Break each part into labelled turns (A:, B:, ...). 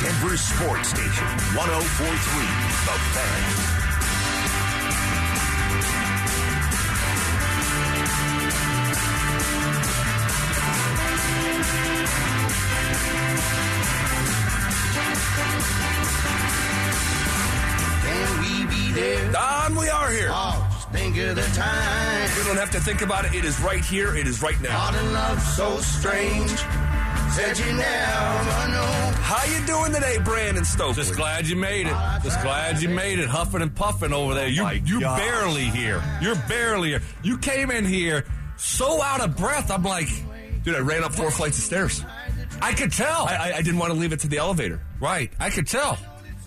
A: Denver Sports Station, 1043, The Fan.
B: Can we be there?
A: Don, we are here.
B: Oh, just think of the time.
A: You don't have to think about it. It is right here. It is right now.
B: Caught in love so strange. Said you never know.
A: How you doing today, Brandon Stokely?
C: Just glad you made it. Just glad you made it. Huffing and puffing over there. You
A: Oh my
C: you
A: gosh.
C: barely here. You're barely here. You came in here so out of breath. I'm like,
A: Dude, I ran up four flights of stairs.
C: I could tell.
A: I, I, I didn't want to leave it to the elevator.
C: right, I could tell.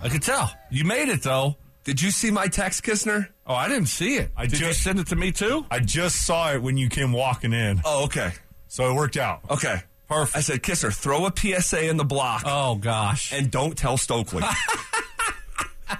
C: I could tell. You made it though.
A: Did you see my text, Kistner?
C: Oh, I didn't see it.
D: I
C: Did you
D: just-
C: send it to me too?
D: I just saw it when you came walking in,
A: Oh, okay.
D: so it worked out.
A: Okay.
C: Perfect.
A: I said, Kistner, throw a PSA in the block
C: Oh gosh.
A: and don't tell Stokely. and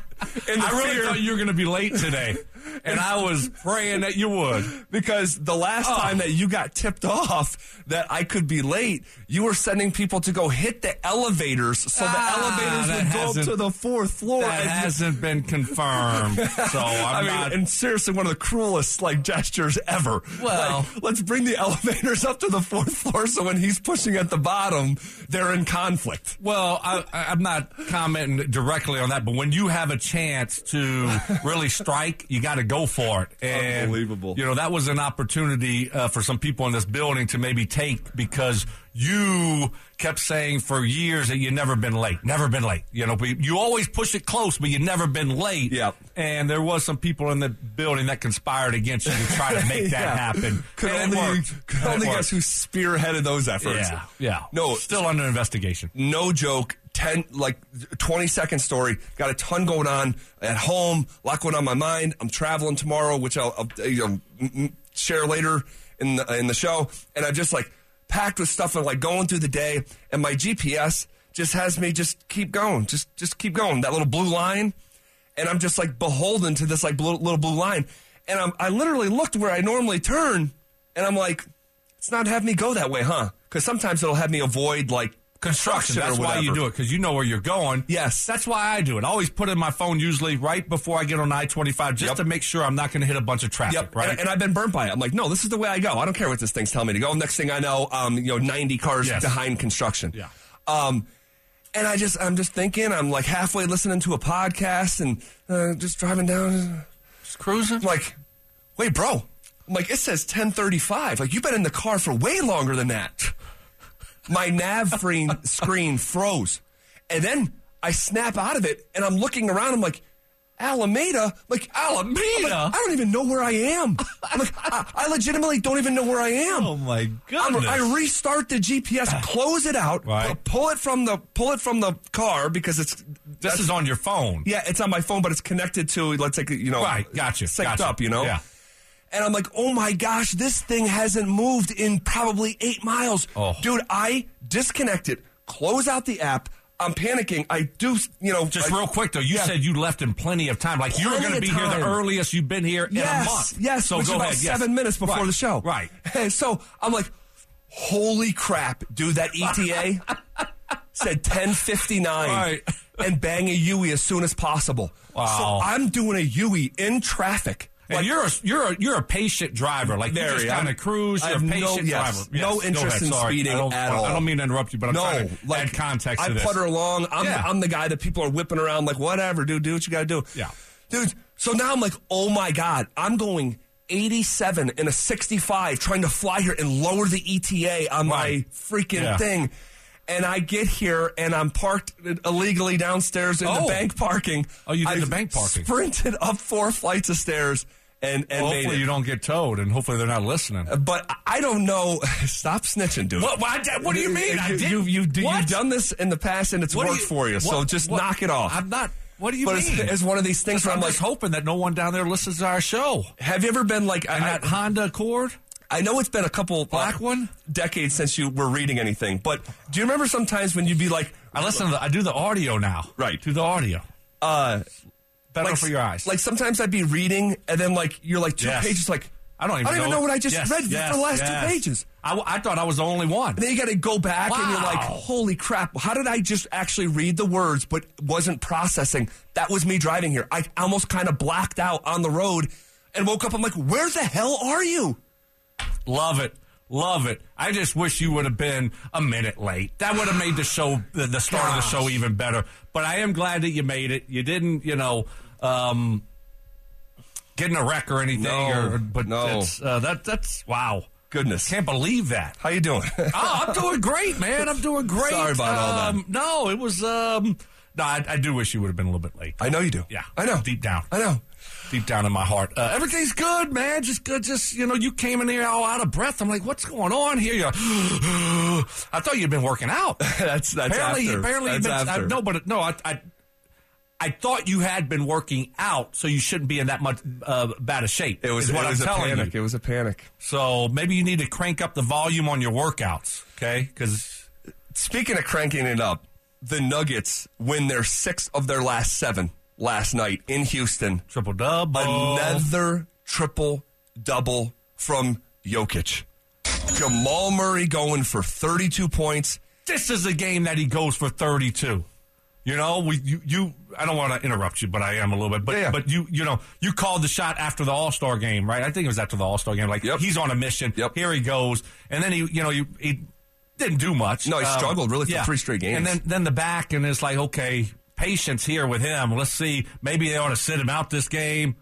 A: the
C: I really
A: fear-
C: thought you were going to be late today, and I was praying that you would.
A: because the last
C: Oh.
A: time that you got tipped off that I could be late, you were sending people to go hit the elevators so the
C: Ah,
A: elevators
C: that
A: would go up
C: hasn't-
A: to the fourth floor.
C: That
A: and you-
C: hasn't been confirmed, so
A: I
C: I'm
A: mean,
C: not.
A: and seriously, one of the cruelest like gestures ever.
C: Well-
A: Like, let's bring the elevators up to the fourth floor, so when he's pushing at the bottom, they're in conflict.
C: Well, I, I- I'm not commenting directly on that, but when you have a chance to really strike, you got to go for it. And,
A: Unbelievable.
C: You know, that was an opportunity uh, for some people in this building to maybe take because you kept saying for years that you've never been late, never been late. You know, but you always push it close, but you've never been late.
A: Yep.
C: And there was some people in the building that conspired against you to try to make that
A: Yeah.
C: happen.
A: Could
C: And it
A: only,
C: worked.
A: could
C: And it
A: only guess
C: worked.
A: who spearheaded those efforts.
C: Yeah, yeah.
A: No,
C: still under investigation.
A: no joke. 10 like 20 second story got a ton going on at home a lot going on in my mind i'm traveling tomorrow which i'll, I'll uh, you know, m- m- share later in the, in the show and i'm just like packed with stuff and like going through the day and my gps just has me just keep going just just keep going that little blue line and i'm just like beholden to this like blue, little blue line and I'm, i literally looked where i normally turn and i'm like it's not having me go that way huh because sometimes it'll have me avoid like or
C: construction. That's why you
A: whatever.
C: do it because you know where you're going.
A: Yes.
C: that's why I do it. I always put in my phone usually right before I get on I twenty five just
A: Yep.
C: to make sure I'm not going to hit a bunch of traffic.
A: Yep.
C: Right.
A: And, and I've been burnt by it. I'm like, no, this is the way I go. I don't care what this thing's telling me to go. Next thing I know, um, you know, 90 cars
C: Yes.
A: behind construction.
C: Yeah.
A: Um, and I just, I'm just thinking, I'm like halfway listening to a podcast and uh, just driving down.
C: Just cruising.
A: I'm like, wait, bro. I'm like, it says 1035. Like, you've been in the car for way longer than that. My nav screen, screen froze. And then I snap out of it and I'm looking around. I'm like, Alameda? Like, Alameda? I'm like, I don't even know where I am. I'm like, I, I legitimately don't even know where I am.
C: my
A: I'm- I restart the GPS, close it out,
C: Right.
A: pu- pull it from the pull it from the car because it's
C: this is on your phone.
A: yeah, it's on my phone, but it's connected to let's say you know,
C: Right, gotcha,
A: synced
C: gotcha.
A: up, you know.
C: Yeah.
A: And I'm like, oh my gosh, this thing hasn't moved in probably eight miles,
C: Oh.
A: dude. I disconnect it, close out the app. I'm panicking. I do, you know,
C: Just
A: I-
C: real quick though, you
A: Yeah.
C: said you left in plenty of time. Like you were
A: Plenty
C: going to
A: of
C: be here
A: time.
C: the earliest you've been here in a
A: Yes,
C: month.
A: yes.
C: So
A: which
C: go
A: is about
C: ahead. yes.
A: Seven minutes before
C: Right,
A: the show.
C: Right.
A: And so I'm like, holy crap, dude! That ETA said 10:59,
C: Right.
A: and bang a Yui as soon as possible.
C: Wow.
A: So I'm doing a Yui in traffic.
C: And
A: Like,
C: you're a you're a you're a patient driver. Like
A: Very.
C: you just
A: I'm-
C: kind of cruise.
A: I
C: You're a
A: have
C: patient
A: no- yes,
C: driver.
A: no
C: go
A: interest
C: ahead,
A: in
C: sorry.
A: speeding
C: I don't-
A: at
C: I
A: all.
C: don't mean to interrupt you, but I'm
A: no,
C: trying to
A: like
C: add context
A: I
C: to this.
A: putter along. I'm
C: Yeah.
A: I'm the guy that people are whipping around like whatever, dude. Do what you got to do.
C: Yeah.
A: dude. So now I'm like, oh my god, I'm going 87 in a 65, trying to fly here and lower the ETA on my
C: Right.
A: freaking
C: Yeah.
A: thing. And I get here and I'm parked illegally downstairs in the
C: Oh.
A: bank parking.
C: Oh, you did
A: I
C: the bank parking.
A: Sprinted up four flights of stairs and and
C: Well,
A: made
C: hopefully
A: it.
C: you don't get towed, and hopefully they're not listening.
A: But I- I don't know. Stop snitching, dude.
C: What- what- what do you mean? I
A: You,
C: didn't-
A: you, you, you,
C: What?
A: have done this in the past and it's
C: What do
A: worked for you. so
C: what-
A: just
C: what-
A: knock it off.
C: I'm not. What do you
A: but
C: mean?
A: It's, it's one of these things
C: Listen,
A: where
C: I'm
A: I'm like,
C: just hoping that no one down there listens to our show.
A: have you ever been like?
C: And
A: I,
C: that Honda Accord.
A: I know it's been a couple uh,
C: Black one?
A: decades since you were reading anything, but do you remember sometimes when you'd be like,
C: I listen. To the, I do the audio now.
A: Right.
C: Do the audio.
A: uh,
C: Better
A: like
C: for your eyes.
A: Like sometimes I'd be reading and then like you're like two
C: Yes.
A: pages like.
C: I don't even.
A: I don't even know what I just read for the last two pages.
C: I, w- I thought I was the only one.
A: And then you got to go back and you're like,
C: Wow.
A: holy crap, how did I just actually read the words but wasn't processing? That was me driving here. I almost kind of blacked out on the road and woke up. I'm like, where the hell are you?
C: Love it. Love it. I just wish you would have been a minute late. That would have made the show, the, the start of the show, even better. But I am glad that you made it. You didn't, you know, um, get in a wreck or anything.
A: No,
C: or, but
A: no.
C: that's, uh, that, that's wow.
A: Goodness.
C: Can't believe that.
A: How you doing?
C: oh, I'm doing great, man. I'm doing great.
A: Sorry about all that.
C: um, No, it was. Um, no, I, I do wish you would have been a little bit late.
A: I know you do.
C: Yeah,
A: I know.
C: Deep down,
A: I know.
C: deep down in my heart, uh, everything's good, man. Just good. Just you know, you came in here all out of breath. I'm like, what's going on here? You're, I thought you'd been working out.
A: That's that's
C: apparently,
A: after.
C: apparently,
A: that's
C: you've been,
A: after.
C: I, no, but no, I. I I thought you had been working out, so you shouldn't be in that much uh, bad a shape.
A: It was
C: is what
A: it
C: I'm
A: was a
C: telling
A: panic.
C: you.
A: It was a panic.
C: So maybe you need to crank up the volume on your workouts, okay? Because
A: Speaking of cranking it up, the Nuggets win their sixth of their last seven last night in Houston.
C: Triple double.
A: Another triple double from Jokic. Jamal Murray going for 32 points.
C: This is a game that he goes for 32. You know, we you, you I don't want to interrupt you, but I am a little bit. But
A: Yeah, yeah.
C: but you you know you called the shot after the All Star game, right? I think it was after the All Star game. Like
A: Yep.
C: he's on a mission.
A: Yep.
C: Here he goes, and then he you know you he didn't do much. Um,
A: No, he struggled really for three straight games.
C: And then then the back, and it's like okay, patience here with him. Let's see, maybe they ought to sit him out this game.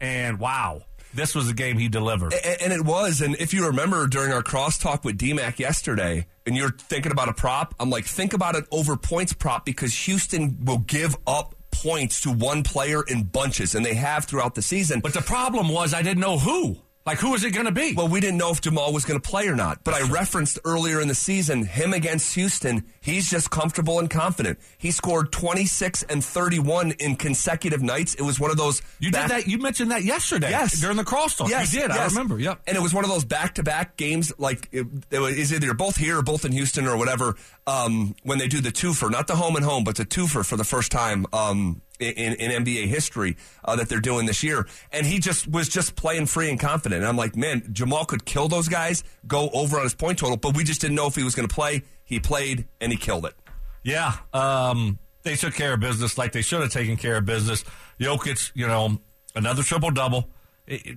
C: And wow, this was a game he delivered.
A: A- And it was. And if you remember during our crosstalk with DMAC yesterday, and you're thinking about a prop, I'm like, think about an over points prop because Houston will give up points to one player in bunches, and they have throughout the season.
C: But the problem was I didn't know who. Like who is it going to be?
A: Well, we didn't know if Jamal was going to play or not, but I referenced earlier in the season him against Houston. He's just comfortable and confident. He scored 26 and 31 in consecutive nights. It was one of those.
C: you
A: back-
C: did that. You mentioned that yesterday.
A: Yes.
C: during the crosstalk.
A: Yes,
C: you did. I
A: yes.
C: remember. Yep.
A: And it was one of those back to back games, like it, it was it's either both here or both in Houston or whatever. Um, when they do the twofer, not the home and home, but the twofer for the first time um, in, in NBA history uh, that they're doing this year. And he just was just playing free and confident. And I'm like, man, Jamal could kill those guys, go over on his point total, but we just didn't know if he was going to play. He played and he killed it.
C: Yeah. Um, they took care of business like they should have taken care of business. Jokic, you know, another triple double,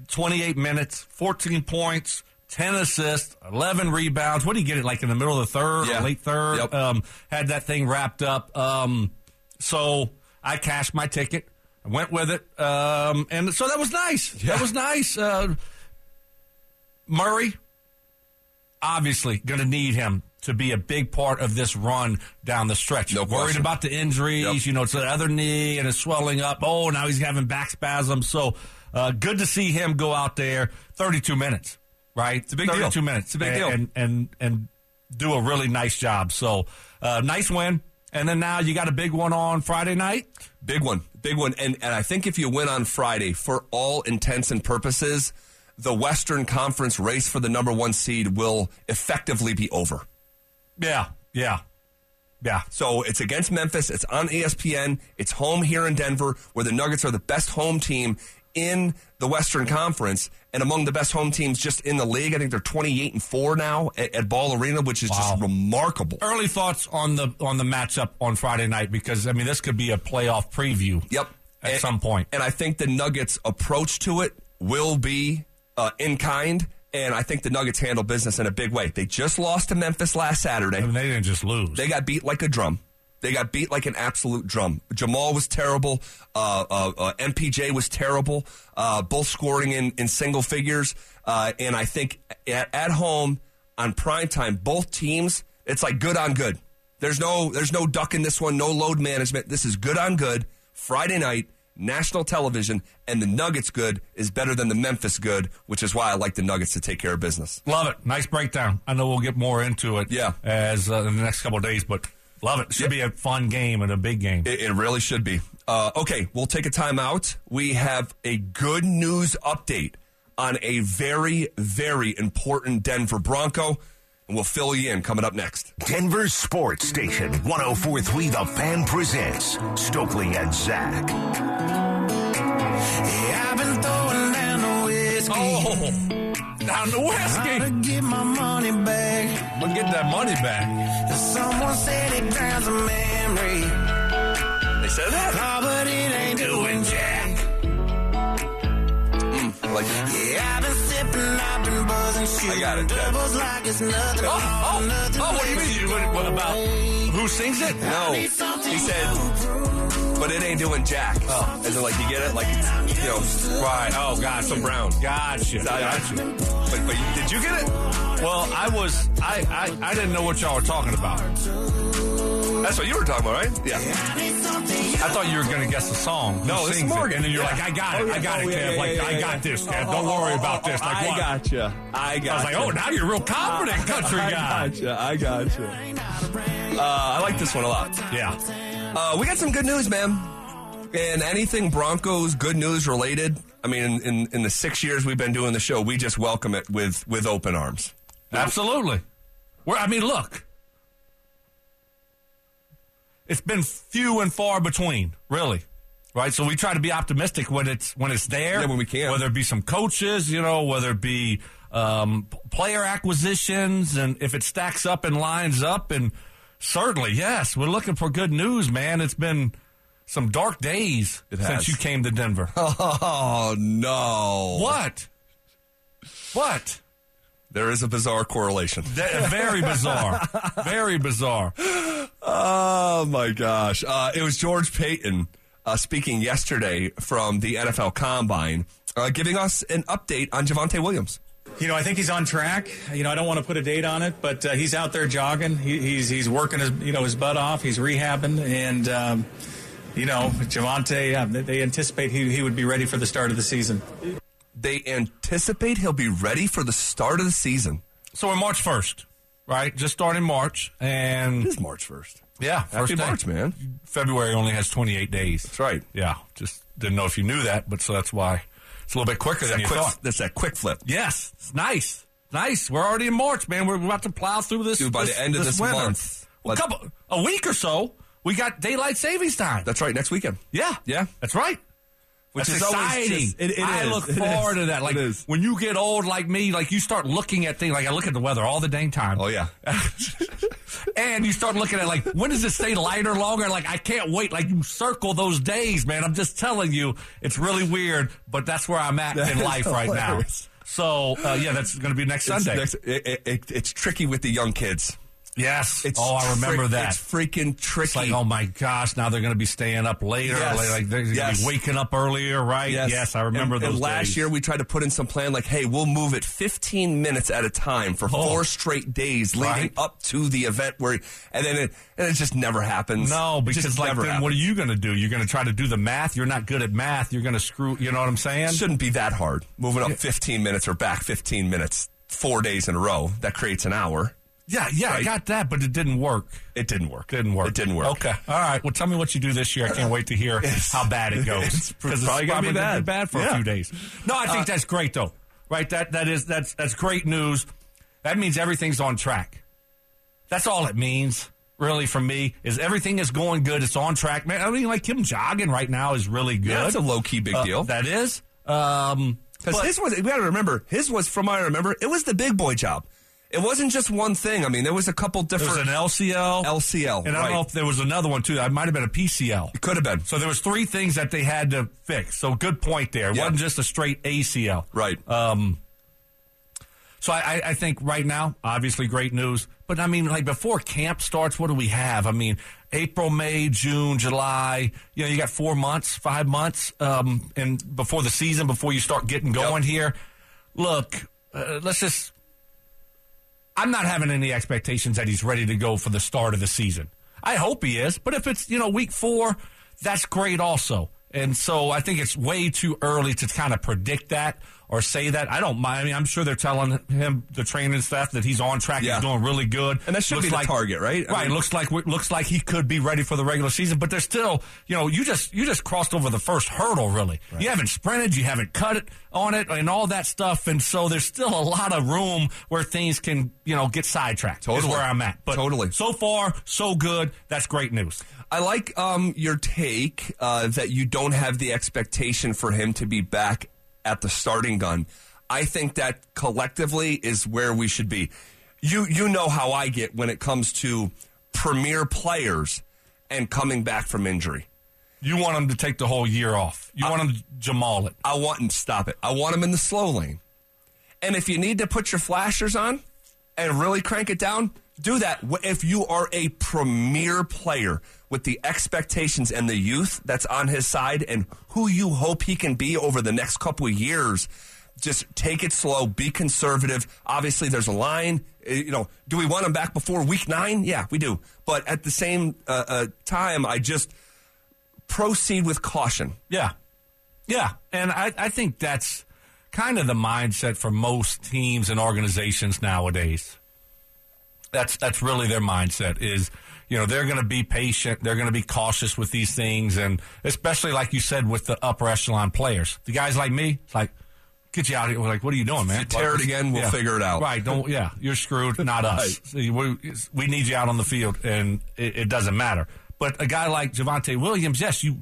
C: 28 minutes, 14 points, 10 assists, 11 rebounds. What do you get it like in the middle of the third
A: Yeah.
C: or late third?
A: Yep.
C: Um, had that thing wrapped up. Um, so I cashed my ticket. I went with it. Um, and so that was nice. That was nice. Uh, Murray, obviously going to need him to be a big part of this run down the stretch.
A: No
C: Worried
A: question.
C: about the injuries,
A: Yep.
C: you know, it's the other knee and it's swelling up. Oh, now he's having back spasms. So uh, good to see him go out there. Thirty-two minutes, right? It's a
A: big deal.
C: 32 minutes.
A: It's a big
C: and,
A: deal.
C: And and and do a really nice job. So uh, nice win. And then now you got a big one on Friday night.
A: Big one, big one, and and I think if you win on Friday, for all intents and purposes, the Western Conference race for the number one seed will effectively be over.
C: Yeah, yeah, yeah.
A: So it's against Memphis. It's on E ESPN. It's home here in Denver, where the Nuggets are the best home team in the Western Conference and among the best home teams just in the league. I think they're twenty eight and four now at, at Ball Arena, which is just remarkable.
C: early thoughts on the on the matchup on Friday night because I mean this could be a playoff preview.
A: Yep.
C: At
A: And-
C: some point.
A: And I think the Nuggets' approach to it will be uh, in kind. And I think the Nuggets handle business in a big way. They just lost to Memphis last
C: I
A: Saturday.
C: mean they didn't just lose.
A: They got beat like a drum. They got beat like an absolute drum. Jamal was terrible. Uh, uh, uh, MPJ was terrible. Uh, both scoring in, in single figures. Uh, and I think at, at home on prime time, both teams, it's like good on good. There's no there's no duck in this one. No load management. This is good on good. Friday night national television, and the Nuggets good is better than the Memphis good, which is why I like the Nuggets to take care of business.
C: love it. Nice breakdown. I know we'll get more into it.
A: Yeah.
C: As uh, in the next couple of days, but love it. Should be a fun game and a big game.
A: It, it really should be. Uh, okay, we'll take a timeout. We have a good news update on a very, very important Denver Bronco, and we'll fill you in coming up next.
B: Denver Sports Station 1043 The Fan presents Stokely and Zach.
E: I've been throwing down the whiskey.
C: Oh, down the whiskey.
B: get my money back.
C: We'll get that money back.
B: Someone said it drowns a memory.
A: They said that.
B: Oh, but it ain't doing jack. Mm,
A: Like, it.
B: Yeah, I've been sipping, I've been buzzing, shooting
A: got it, Jack.
B: doubles like it's nothing.
C: Oh,
B: wrong,
C: oh,
B: nothing
C: oh, what do you mean? You- What, what about who sings it?
A: no, he said, but it ain't doing jack. Oh. As in, like, you get it? Like, it's, you know, right. Oh, God, so brown.
C: Gotcha.
A: I got
C: Gotcha.
A: you. But, but you- did you get it?
C: Well, I was I, I I didn't know what y'all were talking about.
A: That's what you were talking about, right? Yeah.
C: I thought you were going to guess the song.
A: No,
C: Who
A: it's
C: sings it?
A: Morgan.
C: And then you're
A: Yeah.
C: like, I got it,
A: Oh, yeah.
C: I got it,
A: Oh, yeah,
C: Kev.
A: yeah,
C: like,
A: yeah,
C: I
A: yeah,
C: got
A: yeah. Oh,
C: this, Kev. Don't worry about this. Like, what?
A: gotcha. I
C: I was
A: gotcha.
C: like, oh, now you're real confident, country guy.
A: I gotcha. Uh, I like this one a lot.
C: Yeah.
A: Uh, we got some good news, man. And anything Broncos good news related, I mean, in, in, in the six years we've been doing the show, we just welcome it with with open arms.
C: Absolutely. Where I mean, look. It's been few and far between, really. Right? So we try to be optimistic when it's when it's there.
A: Yeah, when we can.
C: Whether it be some coaches, you know, whether it be um, p- player acquisitions and if it stacks up and lines up and certainly, yes, we're looking for good news, man. It's been some dark days
A: It
C: since
A: has.
C: you came to Denver.
A: Oh no!
C: what? What?
A: There is a bizarre correlation.
C: That- very bizarre. very bizarre.
A: Oh my gosh! Uh, it was George Payton uh, speaking yesterday from the NFL Combine, uh, giving us an update on Javante Williams.
E: You know, I think he's on track. You know, I don't want to put a date on it, but uh, he's out there jogging. He, he's he's working his you know his butt off. He's rehabbing, and um, you know, Javante. Yeah, they- they anticipate he he would be ready for the start of the season.
A: They anticipate he'll be ready for the start of the season.
C: So we're March first, right? Just starting March,
A: It
C: and
A: is March first.
C: yeah,
A: Happy
C: first day.
A: March, man.
C: February only has twenty eight days.
A: That's right.
C: Yeah, just didn't know if you knew that, but so that's why it's a little bit quicker than
A: That
C: you
A: quick,
C: thought.
A: that's that quick flip.
C: Yes, it's nice, nice. We're already in March, man. We're about to plow through this.
A: Dude, by the end of this
C: winter.
A: month,
C: Well, a
A: but-
C: couple a week or so, we got daylight savings time.
A: That's right. Next weekend.
C: yeah,
A: Yeah.
C: that's right.
A: Which
C: That's
A: is always
C: exciting.
A: just- it- it
C: I
A: is.
C: look
A: It
C: forward
A: is.
C: to that. Like
A: It is.
C: when you get old, like me, like you start looking at things. Like I look at the weather all the dang time.
A: Oh yeah.
C: and you start looking at like when does it stay lighter longer like i can't wait like you circle those days man i'm just telling you it's really weird but that's where i'm at in
A: is
C: life right now
A: hilarious.
C: so uh, yeah that's going to be next
A: It's,
C: sunday
A: next- it- it- it- it's tricky with the young kids.
C: yes
A: It's
C: oh i remember
A: frick-
C: that
A: It's freaking tricky.
C: It's like, oh my gosh, now they're going to be staying up later.
A: Yes.
C: Like, like, they're going to
A: Yes.
C: be waking up earlier, right? I remember
A: and,
C: those.
A: And last
C: days.
A: year we tried to put in some plan like, hey, we'll move it 15 minutes at a time for
C: Oh.
A: four straight days leading
C: Right.
A: up to the event where, and then it, and it just never happens.
C: No,
A: It
C: because
A: just
C: like,
A: never
C: then what are
A: happens.
C: you going to do? You're going to try to do the math. You're not good at math. You're going to screw. You know what I'm saying?
A: It shouldn't be that hard. Moving up 15 minutes or back 15 minutes four days in a row that creates an hour.
C: Yeah, yeah, I
A: Right.
C: got that, but it didn't work.
A: It didn't work.
C: Didn't work.
A: It didn't work.
C: Okay. All right. Well, tell me what you do this year. I can't wait to hear how bad it goes.
A: It's
C: 'Cause
A: probably gonna be
C: gonna
A: bad.
C: for a
A: Yeah. Uh,
C: few days. No, I think that's great though. Right. That that is that's that's great news. That means everything's on track. That's all it means, really, for me. Is everything is going good? It's on track, man. I mean, like him jogging right now is really good.
A: Yeah, that's a low key big
C: Uh,
A: deal.
C: That is. Um,
A: Because
C: but-
A: his was, we got to remember, his was, from what I remember, it was the big boy job. It wasn't just one thing. I mean, there was a couple
C: there was
A: different.
C: an LCL,
A: LCL,
C: and I don't
A: right.
C: know if there was another one too. That might have been a PCL.
A: could have been.
C: So there was three things that they had to fix. So good point there. It
A: Yeah.
C: wasn't just a straight ACL.
A: Right.
C: Um, so I, I- I think right now, obviously great news. But I mean, like before camp starts, what do we have? I mean, April, May, June, July. You know, you got four months, five months, um, and before the season, before you start getting going here. Look, uh, let's just. I'm not having any expectations that he's ready to go for the start of the season. I hope he is, but if it's you know week four, that's great also. And so I think it's way too early to kind of predict that or say that. I don't mind. I mean, I'm sure they're telling him the training staff that he's on track.
A: Yeah.
C: He's doing really good,
A: And that should be the target, right? I
C: right.
A: mean-
C: looks like we- looks like he could be ready for the regular season, but there's still you know you just you just crossed over the first hurdle. Really, you haven't sprinted, you haven't cut it on it, and all that stuff. And so there's still a lot of room where things can you know get sidetracked. Is
A: Totally.
C: where I'm at. But
A: Totally.
C: so far so good. That's great news.
A: I like um, your take uh, that you don't have the expectation for him to be back at the starting gun. I think that collectively is where we should be. You you know how I get when it comes to premier players and coming back from injury.
C: You want him to take the whole year off. You want him to Jamal it.
A: I want him stop it. I want him in the slow lane. And if you need to put your flashers on and really crank it down, do that. Wh- If you are a premier player with the expectations and the youth that's on his side and who you hope he can be over the next couple of years, just take it slow, be conservative. Obviously, there's a line. Eh, You know, do we want him back before week nine? Yeah, we do. But at the same uh, uh, time, I just proceed with caution.
C: Yeah. Yeah. And I, I think that's kind of the mindset for most teams and organizations nowadays. That's that's really their mindset is, you know, they're gonna be patient, they're gonna be cautious with these things and especially like you said with the upper echelon players. The guys like me, it's like Get you out of here. We're like, what are you doing, man?
A: If you tear it again, we'll figure it out.
C: Right. Don't, yeah, you're screwed, not us. See, We, we need you out on the field, and it, it doesn't matter. But a guy like Javante Williams, yes, you.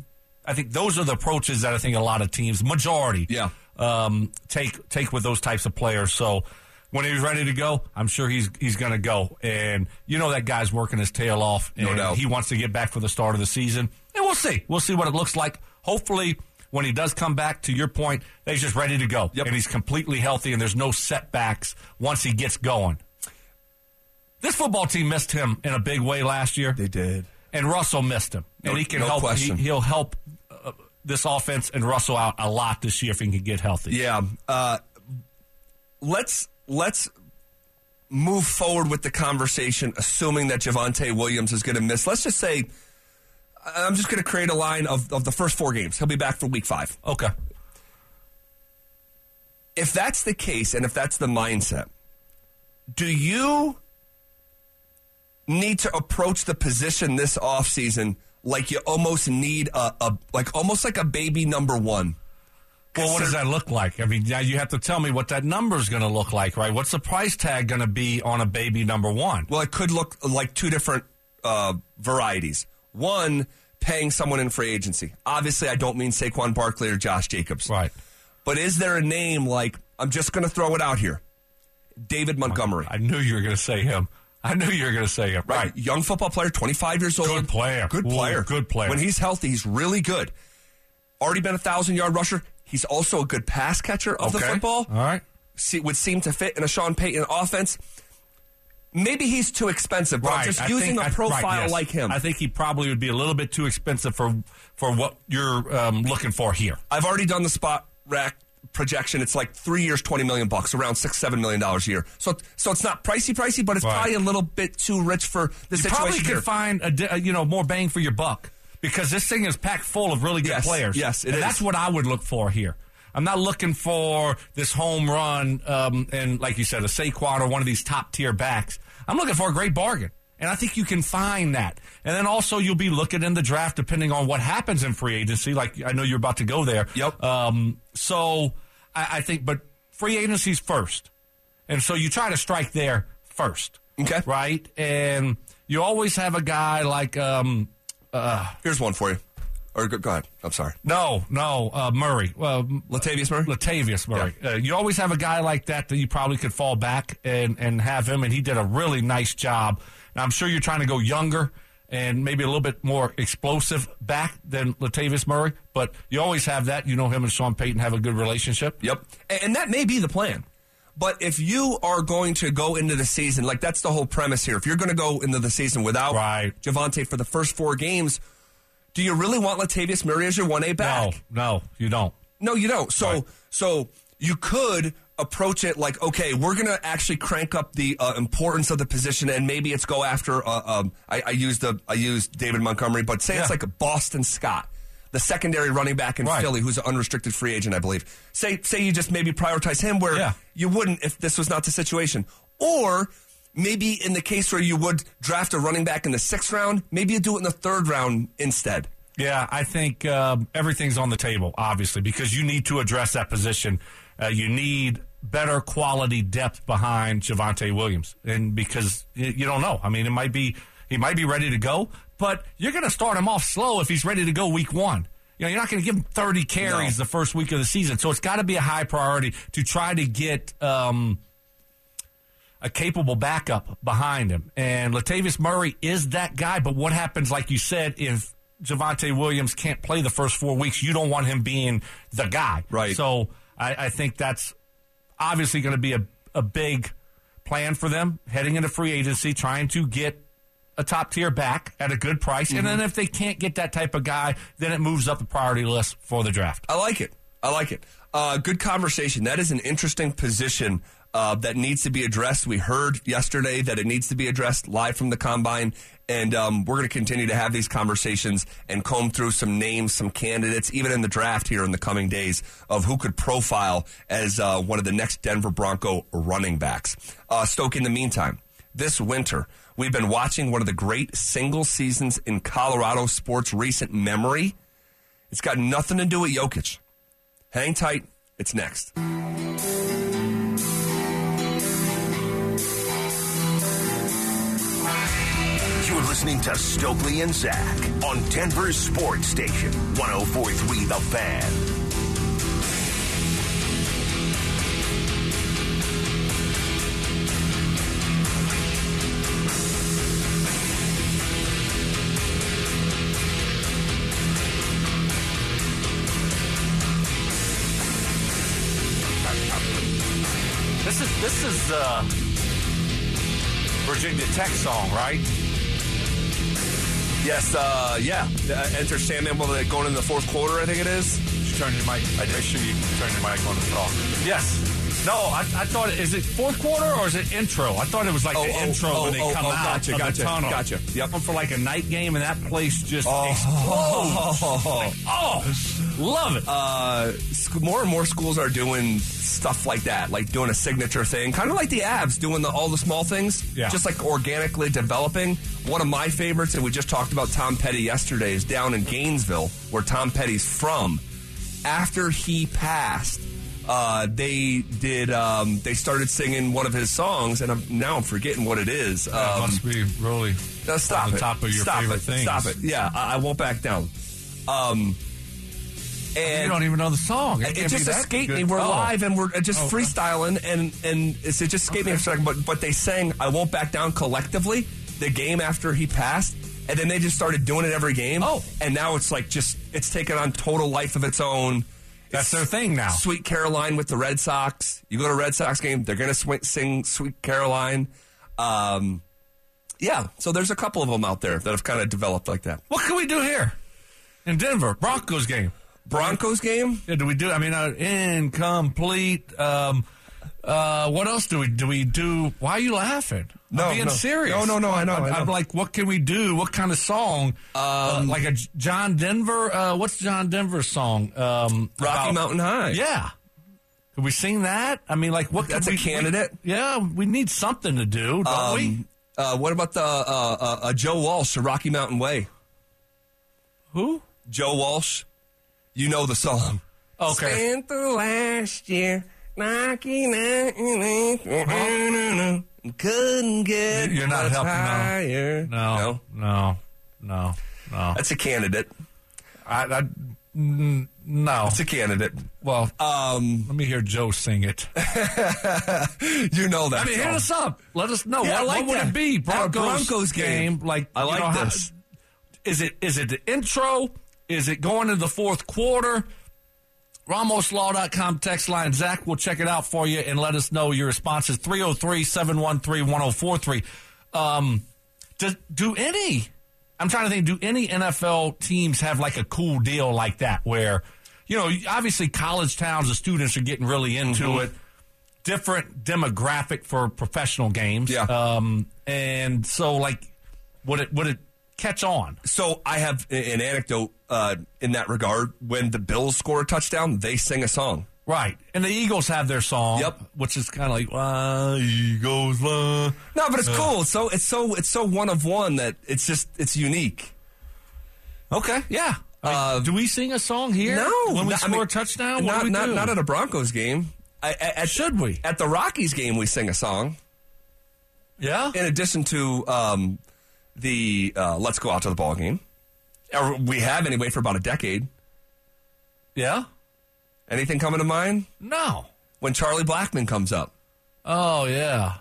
C: I think those are the approaches that I think a lot of teams, majority,
A: Yeah.
C: um, take take with those types of players. So when he's ready to go, I'm sure he's he's going to go. And you know that guy's working his tail off, and
A: doubt.
C: he wants to get back for the start of the season. And we'll see, we'll see what it looks like. Hopefully, when he does come back, to your point, they're just ready to go,
A: Yep.
C: and he's completely healthy, and there's no setbacks once he gets going. This football team missed him in a big way last year.
D: They did.
C: and Russell missed him, and
A: No-
C: he can
A: no
C: help.
A: question.
C: He, will help uh, this offense and Russell out a lot this year if he can get healthy.
A: Yeah. Uh, let's let's move forward with the conversation, assuming that Javante Williams is going to miss. Let's just say I- I'm just going to create a line of, of the first four games. He'll be back for week five.
C: Okay.
A: If that's the case, and if that's the mindset, do you need to approach the position this offseason like you almost need a, a like almost like a baby number one?
C: Well, what does
A: Consider-
C: that look like? I mean, now you have to tell me what that number is going to look like, right? What's the price tag going to be on a baby number one?
A: Well, it could look like two different uh, varieties. One, paying someone in free agency. Obviously, I don't mean Saquon Barkley or Josh Jacobs.
C: Right.
A: But is there a name like, I'm just going to throw it out here David Montgomery?
C: I knew you were going to say him. I knew you were going to say him. Right.
A: Young football player, 25 years old.
C: Good player.
A: Good
C: Ooh,
A: player.
C: good player.
A: When he's healthy, he's really good. Already been a 1,000 yard rusher. He's also a good pass catcher of the
C: Okay.
A: football.
C: All right.
A: See, would seem to fit in a Sean Payton offense. Maybe he's too expensive, but I'm
C: Right.
A: just
C: I
A: using
C: think- I-
A: a
C: right,
A: profile
C: yes.
A: like him.
C: I think he probably would be a little bit too expensive for for what you're um, looking for here.
A: I've already done the spot rack projection. It's like three years, twenty million bucks, around six, seven million dollars a year. So, so it's not pricey, pricey, but it's
C: Right.
A: probably a little bit too rich for the
C: You
A: situation.
C: probably
A: here.
C: could find a, di- a, you know more bang for your buck because this thing is packed full of really good
A: Yes,
C: players.
A: yes, it
C: and
A: is.
C: that's what I would look for here. I'm not looking for this home run um, and like you said, a Saquon or one of these top tier backs. I'm looking for a great bargain. And I think you can find that. And then also you'll be looking in the draft depending on what happens in free agency. Like I know you're about to go there.
A: Yep.
C: Um, so I, I think, but free agencies first. And so you try to strike there first
A: Okay.
C: right? And you always have a guy like um,
A: Here's one for you. Or go, go ahead. I'm sorry,
C: no, no uh, Murray, well,
A: Latavius Murray.
C: Latavius Murray. Uh, you always have a guy like that that you probably could fall back and and have him, and he did a really nice job. And I'm sure you're trying to go younger and maybe a little bit more explosive back than Latavius Murray, but you always have that. You know him and Sean Payton have a good relationship.
A: Yep. And, and that may be the plan. But if you are going to go into the season, like that's the whole premise here. If you're going to go into the season without
C: Right.
A: Javante for the first four games, do you really want Latavius Murray as your 1A back?
C: No, no, you don't.
A: No, you don't. So
C: Right.
A: so you could approach it like, okay, we're going to actually crank up the uh, importance of the position, and maybe it's go after. Uh, um, I, I used the I used David Montgomery, but say it's
C: Yeah.
A: like a Boston Scott. The secondary running back in
C: Right.
A: Philly, who's an unrestricted free agent, I believe. Say, say you just maybe prioritize him where
C: Yeah.
A: you wouldn't if this was not the situation, or maybe in the case where you would draft a running back in the sixth round, maybe you do it in the third round instead.
C: Yeah, I think um, everything's on the table, obviously, because you need to address that position. Uh, you need better quality depth behind Javante Williams, and because y- you don't know, I mean, it might be he might be ready to go, but you're going to start him off slow if he's ready to go week one. You know, you're not going to give him 30 carries the first week of the season. So it's got to be a high priority to try to get um, a capable backup behind him. And Latavius Murray is that guy. But what happens, like you said, if Javante Williams can't play the first four weeks? You don't want him being the guy.
A: Right.
C: So I, I think that's obviously going to be a, a big plan for them heading into free agency, trying to get a top tier back at a good price. And then if they can't get that type of guy, then it moves up the priority list for the draft.
A: I like it. I like it. Uh, good conversation. That is an interesting position uh, that needs to be addressed. We heard yesterday that it needs to be addressed live from the combine, and um, we're going to continue to have these conversations and comb through some names, some candidates, even in the draft here in the coming days of who could profile as uh, one of the next Denver Bronco running backs. Uh, Stoke, in the meantime, this winter, we've been watching one of the great single seasons in Colorado sports recent memory. It's got nothing to do with Jokic. Hang tight. It's next.
B: You're listening to Stokely and Zach on Denver's Sports Station, 1043 The Fan.
C: This is this is the Virginia Tech song, right?
A: Yes, uh, yeah. Uh, enter Sam Emble going in the fourth quarter, I think it is.
C: You turn your mic. I make sure you turn your mic on the talk. Yes. No, I, I thought is it fourth quarter or is it intro? I thought it was like
A: Oh,
C: the
A: oh,
C: intro
A: oh,
C: when they
A: oh,
C: come
A: oh,
C: out
A: gotcha,
C: of
A: gotcha,
C: the tunnel.
A: gotcha. Yep.
C: Come for like a night game and that place just
A: Oh. uh,
C: explodes. Like, oh, love it.
A: Sc- more and more schools are doing stuff like that, like doing a signature thing, kind of like the abs, doing the, all the small things,
C: Yeah.
A: just like organically developing. One of my favorites, and we just talked about Tom Petty yesterday, is down in Gainesville, where Tom Petty's from. After he passed, uh, they did. Um, they started singing one of his songs, and I'm, now I'm forgetting what it is.
C: That
A: Um,
C: must be really
A: no, stop
C: on the
A: it.
C: top of your
A: Stop
C: favorite
A: it.
C: things.
A: Stop it. Yeah, I, I won't back down. Um,
C: You
A: and
C: don't even know the song.
A: it
C: can't
A: just
C: be that
A: escaped
C: good.
A: me. We're
C: Oh.
A: live and we're uh, just
C: okay.
A: freestyling, and and it's, it just escaped me for a second. But but they sang "I Won't Back Down" collectively the game after he passed, and then they just started doing it every game.
C: Oh.
A: and now it's like just it's taken on total life of its own.
C: That's
A: It's
C: their thing now.
A: Sweet Caroline with the Red Sox. You go to a Red Sox game, they're gonna swi- sing Sweet Caroline. Um, yeah, so there's a couple of them out there that have kind of developed like that.
C: What can we do here in Denver Broncos game?
A: Broncos game.
C: Yeah, do we do? I mean, uh, incomplete. Um, uh, what else do we do? We do. Why are you laughing?
A: No,
C: I'm being
A: no.
C: serious.
A: No, no, no, I know,
C: I'm,
A: I know.
C: I'm like, what can we do? What kind of song? Uh,
A: Um,
C: like a J- John Denver. Uh, what's John Denver's song? Um,
A: Rocky
C: about-
A: Mountain High.
C: Yeah. Could we sing that? I mean, like, what?
A: That's
C: could
A: a
C: we- we-
A: candidate.
C: yeah, we need something to do, don't we?
A: Uh, what about the uh, uh, uh, Joe Walsh, The Rocky Mountain Way?
C: Who?
A: Joe Walsh, you know the song.
C: Okay.
A: Spent the last year knocking at your door, and couldn't get
C: You're not
A: much
C: helping, no.
A: higher.
C: No, no, no, no.
A: That's a candidate.
C: I, I, mm, no.
A: It's a candidate.
C: Well, uh,
A: Um,
C: let me hear Joe sing it.
A: you know that.
C: I mean, hit
A: song.
C: us up. Let us know.
A: Yeah, I
C: what
A: like
C: what would
A: that.
C: it be?
A: At a
C: Broncos,
A: Broncos game.
C: Like
A: I
C: you
A: like
C: know, how-
A: this.
C: is it is it the intro? Is it going to the fourth quarter? RamosLaw.com text line. Zach will check it out for you and let us know your responses. 303 713 1043. Um, Do do any, I'm trying to think, do any NFL teams have like a cool deal like that where, you know, obviously college towns, the students are getting really into it. Different demographic for professional games.
A: Yeah.
C: Um, and so, like, would it, would it catch on?
A: So I have a- an anecdote uh, in that regard. When the Bills score a touchdown, they sing a song.
C: Right. And the Eagles have their song.
A: Yep.
C: Which is kind of like, uh, Eagles, uh.
A: No, but it's cool. It's so it's so it's so one of one that it's just it's unique.
C: Okay. Yeah. I mean, do we sing a song here?
A: Uh, No,
C: When we
A: no, I
C: score
A: mean,
C: a touchdown? What
A: not
C: do we
A: not
C: do?
A: not at a Broncos game. I, at, at-
C: Should we?
A: at the Rockies game we sing a song
C: yeah.
A: in addition to um, the uh, let's go out to the ball game. Or we have anyway for about a decade.
C: Yeah?
A: Anything coming to mind?
C: No.
A: When Charlie Blackman comes up
C: Oh, yeah.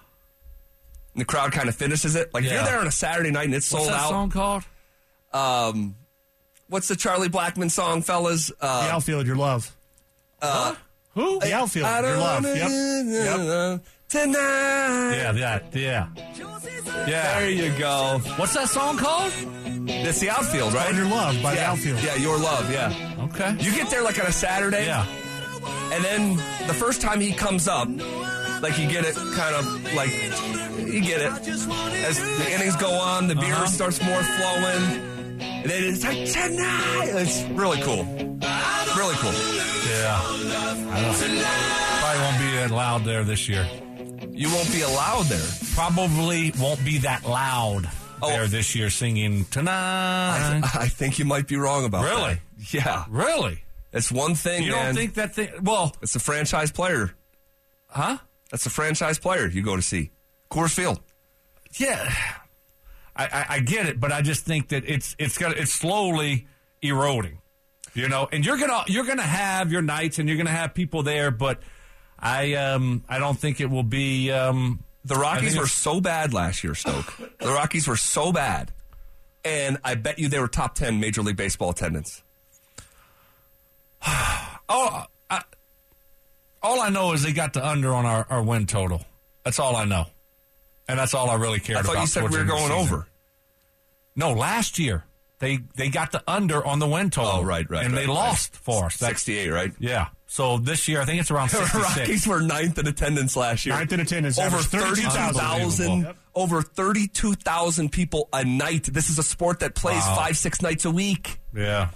A: and the crowd kind of finishes it. Like, if
C: Yeah.
A: you're there on a Saturday night and it's
C: What's
A: sold
C: that
A: out.
C: song called?
A: Um, what's the Charlie Blackman song, fellas?
D: The
A: Uh,
D: outfield, your love.
C: Who?
D: The outfield,
A: I
D: your
A: don't
D: love.
A: wanna
D: Yep.
A: do that tonight.
C: Yeah, that. Yeah. Yeah.
A: There you go.
C: What's that song called?
A: That's the outfield, right?
D: And your love by the
A: yeah.
D: outfield.
A: Yeah, your love. Yeah.
C: Okay.
A: You get there like on a Saturday,
C: yeah.
A: and then the first time he comes up, like you get it kind of like you get it. As the innings go on, the beer
C: Uh-huh.
A: starts more flowing. And then it's like tonight. It's really cool. Really cool.
C: Yeah. I don't, probably won't be that loud there this year.
A: You won't be allowed there.
C: Probably won't be that loud
A: Oh.
C: there this year singing
A: I,
C: tonight.
A: I think you might be wrong about
C: Really?
A: that. Yeah.
C: really?
A: It's one thing,
C: You
A: man.
C: don't think that thing? Well,
A: it's a franchise player.
C: huh?
A: That's a franchise player you go to see. Coors Field.
C: Yeah, I, I, I get it, but I just think that it's it's got it's slowly eroding, you know. And you're gonna you're gonna have your nights, and you're gonna have people there, but I um I don't think it will be um
A: The
C: I
A: Rockies
C: think
A: were
C: it's-
A: so bad last year, Stoke. the Rockies were so bad. And I bet you they were top 10 Major League Baseball attendance.
C: all I, all I know is they got the under on our, our win total. That's all I know, and that's all I really cared
A: I
C: about.
A: thought you said
C: towards
A: we were
C: the end of
A: going
C: the season.
A: over.
C: No, last year they they got the under on the win total.
A: Oh, right, right,
C: and
A: right,
C: they
A: right.
C: lost for us. That's,
A: 68, right?
C: yeah. So this year I think it's around
A: The
C: 66.
A: Rockies were ninth in attendance last year.
D: Ninth in attendance,
A: Over
D: average 32,000.
A: 32,000
D: Yep.
A: over 32,000 people a night. This is a sport that plays
C: Wow.
A: 5 6 nights a week.
C: Yeah.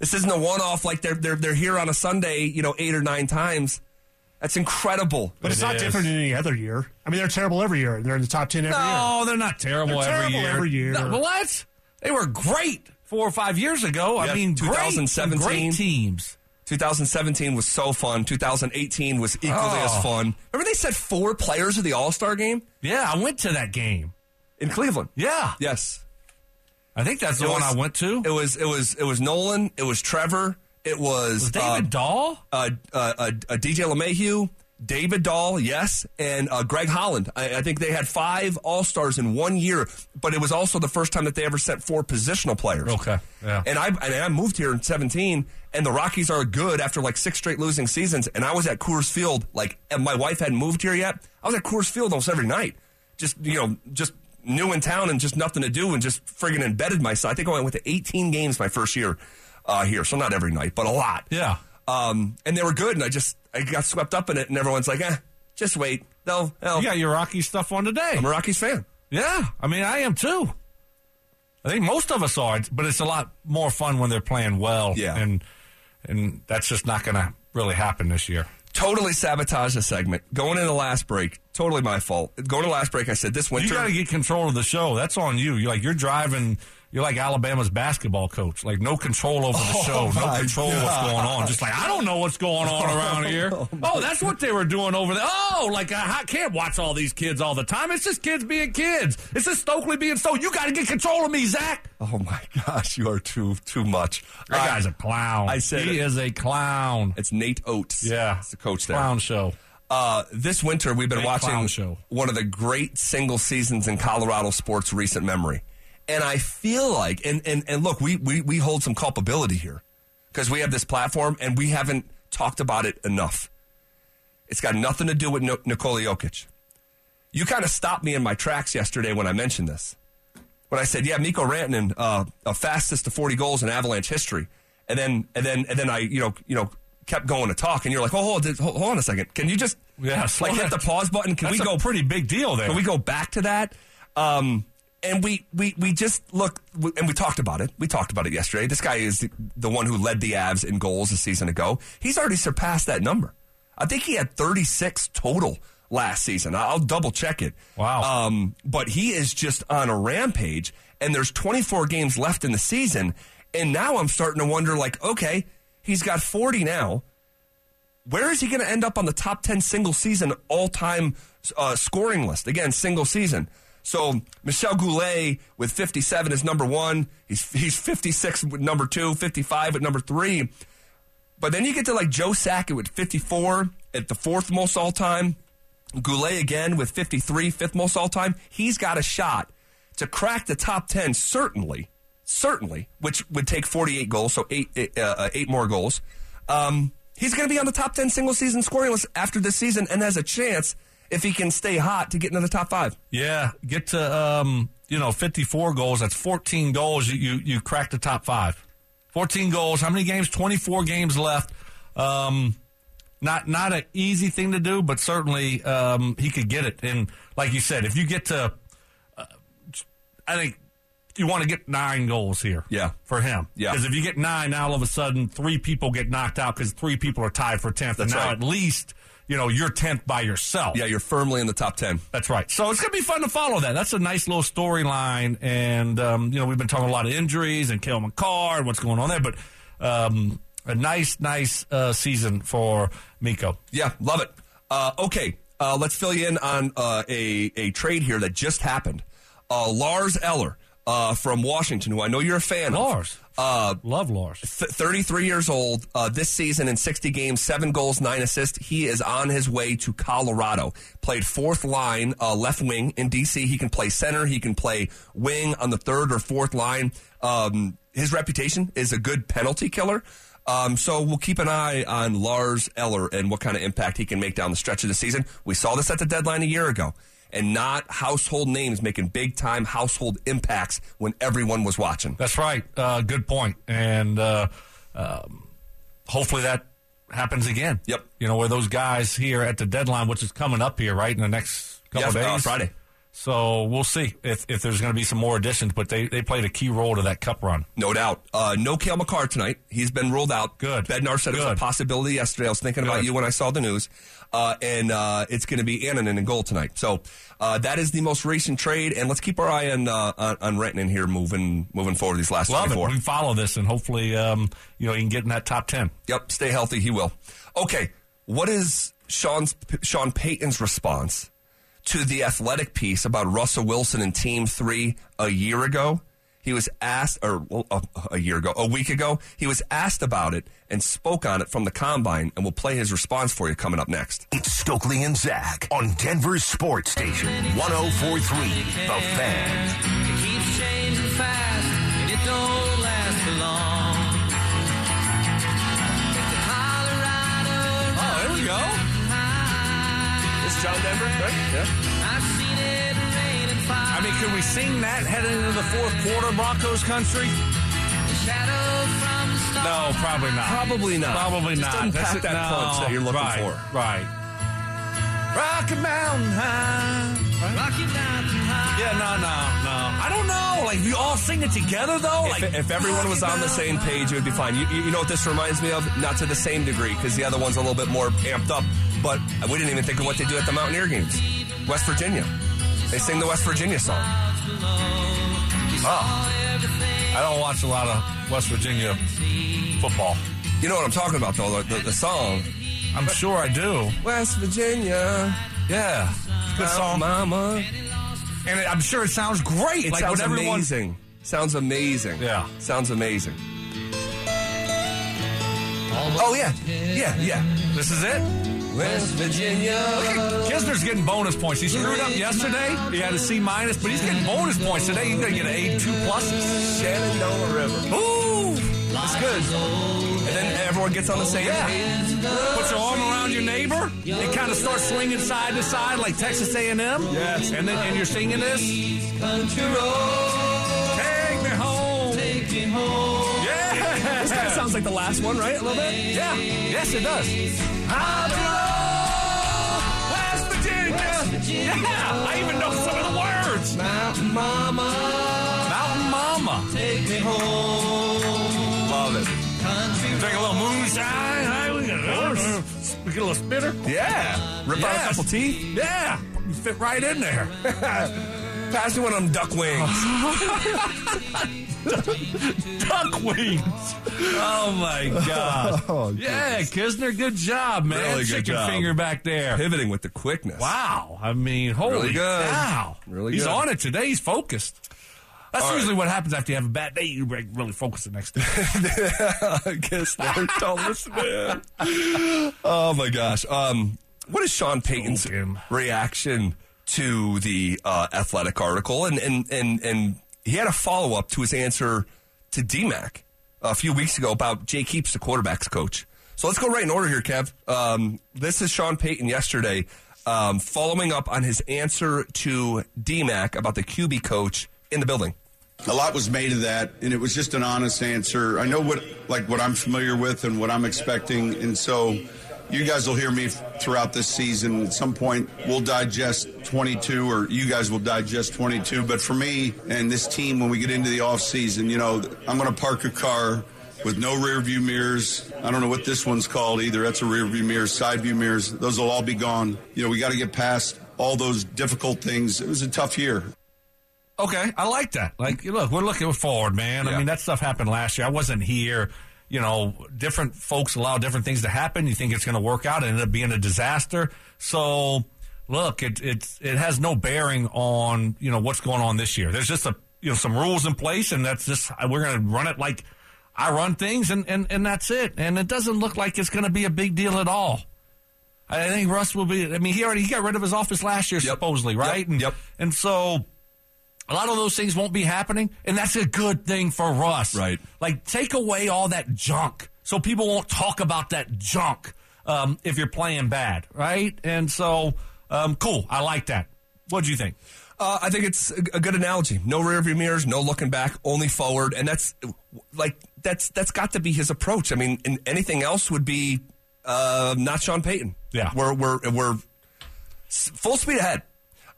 A: This isn't a one-off. Like they're they're they're here on a Sunday, you know, eight or nine times. That's incredible.
D: But it's
C: It
D: not
C: is.
D: different than any other year. I mean, they're terrible every year. They're in the top 10 every year.
C: No, Oh, they're not terrible,
D: They're
C: every
D: terrible
C: year.
D: every year.
C: No, but what? They were great four or five years ago.
A: Yeah,
C: I mean, great,
A: 2017.
C: great teams.
A: 2017 was so fun. 2018 was equally
C: Oh.
A: as fun. Remember they said four players of the All Star game
C: Yeah, I went to that game.
A: in Cleveland.
C: Yeah,
A: Yes,
C: I think that's the
A: It
C: one
A: was-
C: I went to.
A: it was it was it was Nolan. It was Trevor. It was,
C: was David Dahl.
A: uh, uh, uh, uh, DJ LeMahieu, David Dahl, yes, and uh, Greg Holland. I, I think they had five All Stars in one year, but it was also the first time that they ever sent four positional players.
C: Okay, yeah.
A: And I and I moved here in seventeen, and the Rockies are good after like six straight losing seasons. And I was at Coors Field, like, and my wife hadn't moved here yet. I was at Coors Field almost every night, just you know, just. New in town and just nothing to do, and just friggin' embedded myself. I think I went with 18 games my first year uh, here, so not every night, but a lot.
C: Yeah.
A: Um, and they were good, and I just I got swept up in it, and everyone's like, eh, just wait. They'll, they'll.
C: You got your Rocky stuff on today.
A: Oh. I'm a Rockies fan.
C: Yeah, I mean, I am too. I think most of us are, but it's a lot more fun when they're playing well.
A: Yeah.
C: and and that's just not going to really happen this year.
A: Totally sabotage the segment. Going into last break, totally my fault. Going to last break, I said this
C: You
A: winter.
C: got to get control of the show. That's on you. You're like you're driving. You're like Alabama's basketball coach. Like no control over the show. No
A: Oh my
C: control of what's going on. Just like I don't know what's going on around here. Oh, that's what they were doing over there. Oh, like I, I can't watch all these kids all the time. It's just kids being kids. It's just Stokely being Stokely. You got to get control of me, Zach.
A: oh my gosh, you are too too much.
C: That
A: Uh,
C: guy's a clown.
A: I said
C: he
A: it.
C: is a clown.
A: It's Nate Oates.
C: Yeah,
A: it's the coach there.
C: Clown show.
A: Uh, this winter, we've been
C: Big
A: watching
C: clown show.
A: one of the great single seasons in Colorado sports recent memory. And I feel like, and, and, and look, we, we, we hold some culpability here because we have this platform and we haven't talked about it enough. It's got nothing to do with no- Nikola Jokic. You kind of stopped me in my tracks yesterday when I mentioned this. When I said, "Yeah, Miko Rantanen, uh, uh, fastest to 40 goals in Avalanche history," and then and then and then I, you know, you know, kept going to talk, and you're like, "Oh, hold, hold, hold on a second. Can you just
C: Yeah, slow
A: like hit the
C: down.
A: pause button? Can
C: That's
A: we
C: a
A: go
C: pretty big deal there.
A: can we go back to that? Um, and we, we, we just look, we, and we talked about it. We talked about it yesterday. This guy is the, the one who led the Avs in goals a season ago. He's already surpassed that number. I think he had 36 total last season. I- I'll double check it.
C: Wow.
A: Um, but he is just on a rampage, and there's 24 games left in the season. And now I'm starting to wonder like, okay, he's got 40 now where is he going to end up on the top 10 single season all time uh, scoring list? Again, single season. So Michel Goulet with 57 is number one. He's, he's 56 with number two, 55 at number three. But then you get to like Joe Sackett with 54 at the fourth most all time. Goulet again with 53, fifth most all time. He's got a shot to crack the top 10, certainly, certainly, which would take 48 goals, so eight, uh, uh, eight more goals. Um, he's going to be on the top 10 single season scoring list after this season and has a chance, if he can stay hot, to get into the top five.
C: Yeah, get to um, you know fifty four goals. That's fourteen goals. You, you you crack the top five. Fourteen goals. How many games? Twenty four games left. Um, not not an easy thing to do, but certainly um, he could get it. And like you said, if you get to, uh, I think you want to get nine goals here.
A: Yeah.
C: for him.
A: Yeah.
C: because if you get nine, now all of a sudden three people get knocked out because three people are tied for tenth.
A: That's
C: and now
A: right.
C: at least you know you're tenth by yourself.
A: Yeah, you're firmly in the top 10.
C: That's right. So it's going to be fun to follow that. That's a nice little storyline. And, um, you know, we've been talking a lot of injuries and Kale McCarr and what's going on there. But um, a nice, nice uh, season for Miko.
A: Yeah, love it. Uh, okay, uh, let's fill you in on uh, a, a trade here that just happened. Uh, Lars Eller uh, from Washington, who I know you're a fan
C: Lars.
A: of. Uh,
C: Love Lars.
A: th- 33 years old uh, this season in 60 games, seven goals, nine assists. He is on his way to Colorado. Played fourth line, uh, left wing in DC. He can play center. He can play wing on the third or fourth line. Um, his reputation is a good penalty killer. Um, so we'll keep an eye on Lars Eller and what kind of impact he can make down the stretch of the season. We saw this at the deadline a year ago. And not household names making big time household impacts when everyone was watching.
C: That's right. Uh, good point. And uh, um, hopefully that happens again.
A: Yep.
C: You know, where those guys here at the deadline, which is coming up here, right, in the next couple
A: Yeah,
C: of
A: uh,
C: days.
A: Friday.
C: So we'll see if, if there's going to be some more additions, but they, they played a key role to that cup run.
A: No doubt. Uh, no Kale McCarr tonight. He's been ruled out.
C: Good.
A: Bednar said it was
C: Good.
A: a possibility yesterday. I was thinking about
C: Good.
A: you when I saw the news. Uh, and uh, it's going to be Ananin in goal tonight. So uh, that is the most recent trade. And let's keep our eye on uh, on, on Renton here moving moving forward these last
C: Love
A: 24.
C: it. We follow this, and hopefully, um, you know, you can get in that top ten.
A: Yep, stay healthy. He will. Okay, what is Sean's Sean Payton's response to the athletic piece about Russell Wilson and Team Three a year ago? He was asked, or well, a, a year ago, a week ago, he was asked about it and spoke on it from the combine, and we'll play his response for you coming up next.
B: It's Stokely and Zach on Denver's Sports Station 1043 The Fan.
F: It keeps changing fast, and it don't last for long. Take the Colorado
A: Oh, there we go.
F: high.
A: It's John Denver, right? Yeah.
F: I've seen it rain and fire.
C: I mean, could we sing that heading into the fourth quarter, Broncos country?
F: The shadow from the stars.
C: No, probably not.
A: Probably not.
C: Probably
A: Just
C: not.
A: doesn't
C: That's
A: pack
C: it.
A: that
C: No.
A: punch that you're looking
C: Right,
A: for.
C: Right. Rocky Mountain High.
F: Rocky Mountain High.
C: Yeah, no, no, no. I don't know. Like, you all sing it together, though. like,
A: If, if everyone was on the same page, it would be fine. You, you you know what this reminds me of? Not to the same degree, because the other one's a little bit more amped up, but we didn't even think of what they do at the Mountaineer games. West Virginia. They sing the West Virginia song.
C: I don't watch a lot of West Virginia football.
A: You know what I'm talking about, though, the, the, the song.
C: I'm sure I do.
A: West Virginia.
C: Yeah, good
A: Oh,
C: song,
A: Mama.
C: and it- I'm sure it sounds great.
A: It
C: like
A: sounds
C: when everyone,
A: amazing. Sounds amazing.
C: Yeah.
A: Sounds amazing. Oh, yeah. Yeah, yeah.
C: This is it.
A: West Virginia.
C: Kisner's getting bonus points. He screwed up yesterday. He had a C minus, but he's getting bonus points today. He's gonna get an A two pluses.
A: Shenandoah River.
C: Ooh,
A: It's good. And then everyone gets on the same
C: Yeah.
A: page.
C: put your arm around your neighbor and kind of start swinging side to side like Texas A and M. Yes, and then and you're singing this. Take me home. Take me home. Yeah,
A: This kind of sounds like the last one, right? A little bit?
C: Yeah, yes, it does. I belong West Virginia. Yeah, I even know some of the words.
A: Mountain Mama.
C: Mountain Mama.
A: Love it.
C: Drink a little moonshine. huh? We get a we get a little spitter.
A: Yeah. Rip out a
C: Yes.
A: couple teeth.
C: Yeah, you fit right in there.
A: Pass me one of them duck wings.
C: Duck wings. Oh my god. yeah, Kisner, good job, man.
A: Oh, Really good
C: Chicken
A: job.
C: finger back there.
A: Pivoting with the quickness.
C: Wow. I mean, holy
A: Really good.
C: cow.
A: Really
C: He's
A: good.
C: on it today. He's focused. That's
A: All right.
C: usually what happens after you have a bad day. You like, really focus the next day.
A: I guess they're don't listen to him. Oh my gosh. Um, what is Sean Payton's
C: Smoke him.
A: reaction to the uh, athletic article? And and and and he had a follow up to his answer to DMAC a few weeks ago about Jay Keeps, the quarterback's coach. So let's go right in order here, Kev. Um, this is Sean Payton yesterday um, following up on his answer to DMAC about the QB coach in the building.
G: A lot was made of that, and it was just an honest answer. I know what, like, what I'm familiar with and what I'm expecting, and so you guys will hear me throughout this season. At some point, we'll digest 22, or you guys will digest 22. But for me and this team, when we get into the offseason, you know, I'm going to park a car with no rear view mirrors. I don't know what this one's called either. That's a rear view mirror, side view mirrors. Those will all be gone. You know, we got to get past all those difficult things. It was a tough year.
C: Okay, I like that. Like, you look, we're looking forward, man. I
A: Yeah.
C: mean, that stuff happened last year. I wasn't here. You know, different folks allow different things to happen. You think it's going to work out, it ended up being a disaster. So, look, it it's it has no bearing on you know what's going on this year. There's just a you know some rules in place, and that's just we're going to run it like I run things, and and and that's it. And it doesn't look like it's going to be a big deal at all. I think Russ will be. I mean, he already he got rid of his office last year,
A: Yep.
C: supposedly,
A: Yep.
C: right? And
A: Yep.
C: and so a lot of those things won't be happening, and that's a good thing for Russ.
A: Right.
C: Like, take away all that junk so people won't talk about that junk um, if you're playing bad, right? And so, um, cool. I like that. What do you think?
A: Uh, I think it's a a good analogy. No rearview mirrors, no looking back, only forward, and that's like that's that's got to be his approach. I mean, and anything else would be uh, not Sean Payton.
C: Yeah.
A: we're we're we're s- full speed ahead.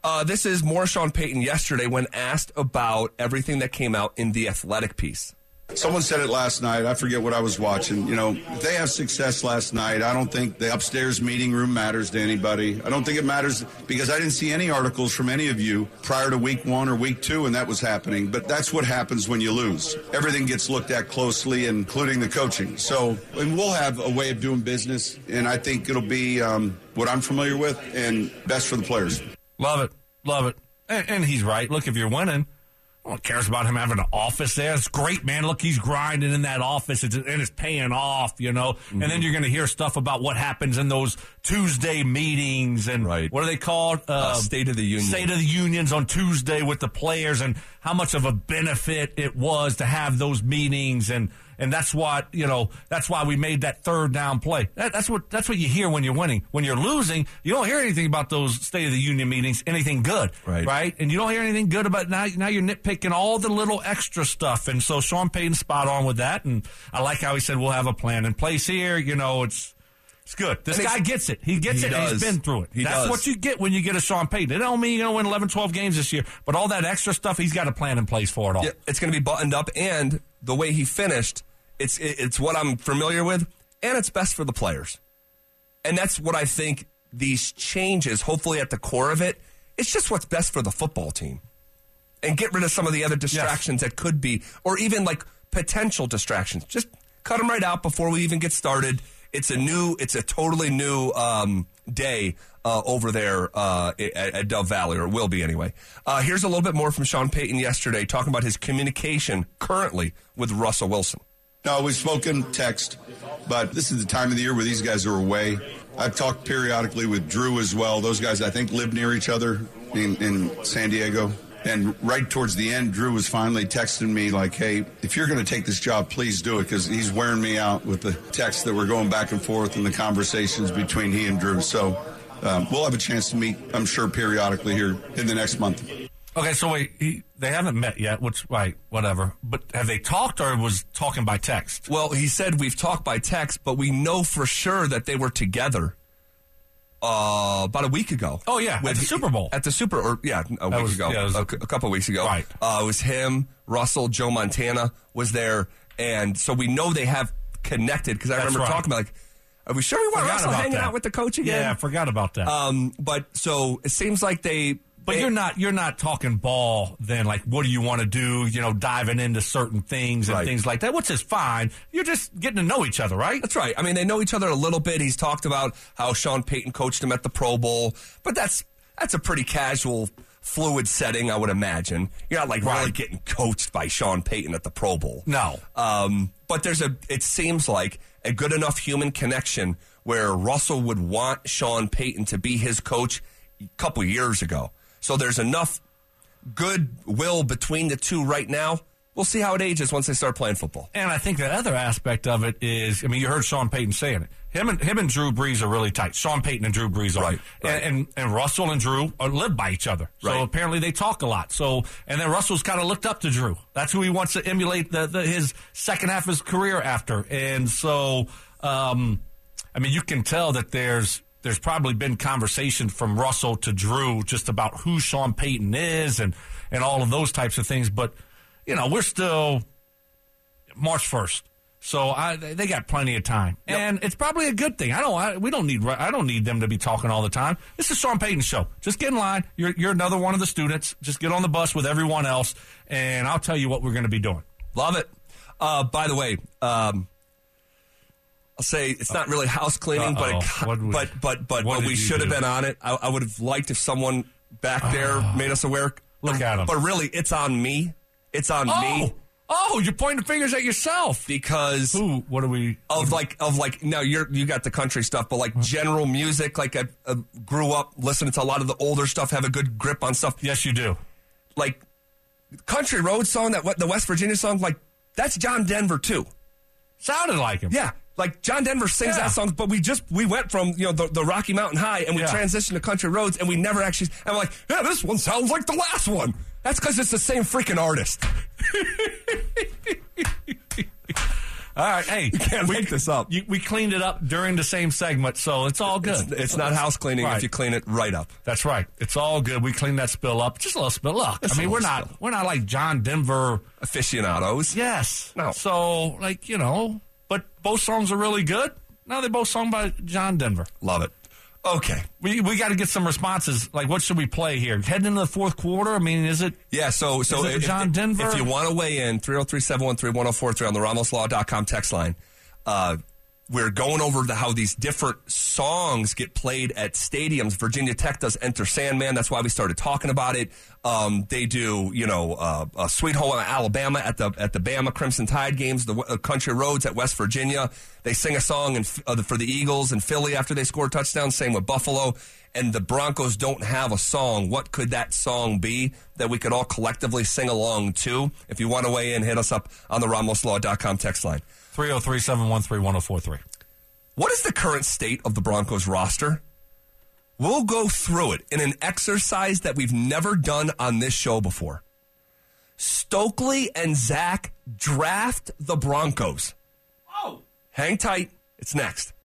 A: Uh, this is more Sean Payton yesterday when asked about everything that came out in the athletic piece.
G: Someone said it last night. I forget what I was watching. You know, if they have success last night, I don't think the upstairs meeting room matters to anybody. I don't think it matters because I didn't see any articles from any of you prior to week one or week two, and that was happening. But that's what happens when you lose. Everything gets looked at closely, including the coaching. So, and we'll have a way of doing business, and I think it'll be um, what I'm familiar with and best for the players.
C: Love it. Love it. And, and he's right. Look, if you're winning, no one cares about him having an office there. It's great, man. Look, he's grinding in that office it's, and it's paying off, you know. And
A: Mm-hmm.
C: then you're going to hear stuff about what happens in those Tuesday meetings and
A: Right.
C: what are they called? Uh,
A: State of the Union.
C: State of the Unions on Tuesday with the players and how much of a benefit it was to have those meetings and and that's what you know that's why we made that third down play that, that's what that's what you hear when you're winning when you're losing you don't hear anything about those state of the union meetings anything good
A: Right.
C: right and you don't hear anything good about now now you're nitpicking all the little extra stuff and so Sean Payton's spot on with that and I like how he said we'll have a plan in place here you know it's it's good. This
A: And
C: guy
A: it's-
C: gets it. He gets
A: He
C: it. And he's
A: does.
C: been through it.
A: He
C: That's
A: does.
C: what you get when you get a Sean Payton. It don't mean you're going to win 11, 12 games this year, but all that extra stuff, he's got a plan in place for it all.
A: Yeah, it's going to be buttoned up, and the way he finished, it's it, it's what I'm familiar with, and it's best for the players, and that's what I think these changes. Hopefully, at the core of it, it's just what's best for the football team, and get rid of some of the other distractions that could be, or even like potential distractions. Just cut them right out before we even get started. It's a new, it's a totally new um, day uh, over there uh, at, at Dove Valley, or it will be anyway. Uh, here's a little bit more from Sean Payton yesterday, talking about his communication currently with Russell Wilson.
G: No, we've spoken text, but this is the time of the year where these guys are away. I've talked periodically with Drew as well. Those guys, I think, live near each other in, in San Diego. And right towards the end, Drew was finally texting me like, "Hey, if you're going to take this job, please do it," because he's wearing me out with the texts that were going back and forth and the conversations between he and Drew. So um, we'll have a chance to meet, I'm sure, periodically here in the next month.
C: Okay, so wait, he, they haven't met yet, which, right, whatever. But have they talked or was talking by text?
A: Well, he said we've talked by text, but we know for sure that they were together uh, about a week ago.
C: Oh, yeah, at the Super Bowl.
A: At the Super, or yeah, a week
C: was-
A: ago,
C: yeah, it was-
A: a, cou- a couple weeks ago.
C: Right.
A: Uh, it was him, Russell, Joe Montana was there, and so we know they have connected because I
C: That's
A: remember
C: right.
A: talking about like, are we sure we want Russell hanging out with the coach again?
C: Yeah, I forgot about that.
A: Um, but so it seems like they.
C: But
A: they-
C: you're not you're not talking ball then like what do you want to do you know diving into certain things and
A: Right.
C: things like that which is fine you're just getting to know each other right
A: That's right. I mean, they know each other a little bit. He's talked about how Sean Payton coached him at the Pro Bowl, but that's that's a pretty casual fluid setting, I would imagine. You're not like really getting coached by Sean Payton at the Pro Bowl.
C: No.
A: Um, but there's a, it seems like a good enough human connection where Russell would want Sean Payton to be his coach a couple years ago. So there's enough goodwill between the two right now. We'll see how it ages once they start playing football.
C: And I think the other aspect of it is, I mean, you heard Sean Payton saying it. Him and him and Drew Brees are really tight. Sean Payton and Drew Brees are,
A: Right, right.
C: And, and and Russell and Drew are live by each other. So
A: Right.
C: apparently they talk a lot. So and then Russell's kind of looked up to Drew. That's who he wants to emulate the, the his second half of his career after. And so, um, I mean, you can tell that there's there's probably been conversation from Russell to Drew just about who Sean Payton is and and all of those types of things. But you know, we're still March first. So I, they they got plenty of time, and it's probably a good thing. I don't. I, we don't need. ru- I don't need them to be talking all the time. This is Sean Payton's show. Just get in line. You're you're another one of the students. Just get on the bus with everyone else, and I'll tell you what we're going to be doing.
A: Love it. Uh, by the way, um, I'll say it's not really house cleaning, but it,
C: Uh-oh. What
A: but,
C: we-
A: but but but
C: what did
A: we
C: you
A: should have
C: do?
A: been on it. I, I would have liked if someone back there made us aware.
C: Ah. Look at 'em.
A: But really, it's on me. It's on me
C: Oh, oh, you're pointing fingers at yourself.
A: because
C: Who? What are we?
A: of like of like now you're you got the country stuff but like general music like I, I grew up listening to a lot of the older stuff have a good grip on stuff
C: Yes, you do.
A: like country road song that what the West Virginia song like that's John Denver too
C: Sounded like him.
A: yeah like John Denver sings
C: Yeah.
A: that song but we just we went from you know the, the Rocky Mountain High and we
C: Yeah.
A: transitioned to country roads and we never actually and we're like yeah this one sounds like the last one that's because it's the same freaking artist
C: All right. Hey,
A: can't make this up
C: you, we cleaned it up during the same segment, so it's all
A: it's,
C: good.
A: it's not house cleaning
C: Right.
A: if you clean it right up
C: That's right. It's all good. We clean that spill up. Just a little spill up.
A: Just
C: I
A: a
C: mean, we're
A: little
C: not
A: spill.
C: we're not like John Denver.
A: aficionados
C: Yes.
A: No.
C: So like you know, but both songs are really good. Now they're both sung by John Denver.
A: love it okay
C: We we got to get some responses. Like, what should we play here? Heading into the fourth quarter. I mean, is it?
A: Yeah, so so
C: Is it the John Denver?
A: If you want to weigh in, 303-713-1043 on the RamosLaw.com text line. Uh, we're going over the, how these different songs get played at stadiums. Virginia Tech does Enter Sandman. That's why we started talking about it. Um, they do, you know, uh, uh, Sweet Home Alabama at the at the Bama Crimson Tide games, the uh, Country Roads at West Virginia. They sing a song in, uh, for the Eagles in Philly after they score a touchdown. Same with Buffalo and the Broncos don't have a song, what could that song be that we could all collectively sing along to? If you want to weigh in, hit us up on the RamosLaw.com text line.
C: 303-713-1043.
A: What is the current state of the Broncos roster? We'll go through it in an exercise that we've never done on this show before. Stokely and Zach draft the Broncos. Oh. Hang tight. It's next.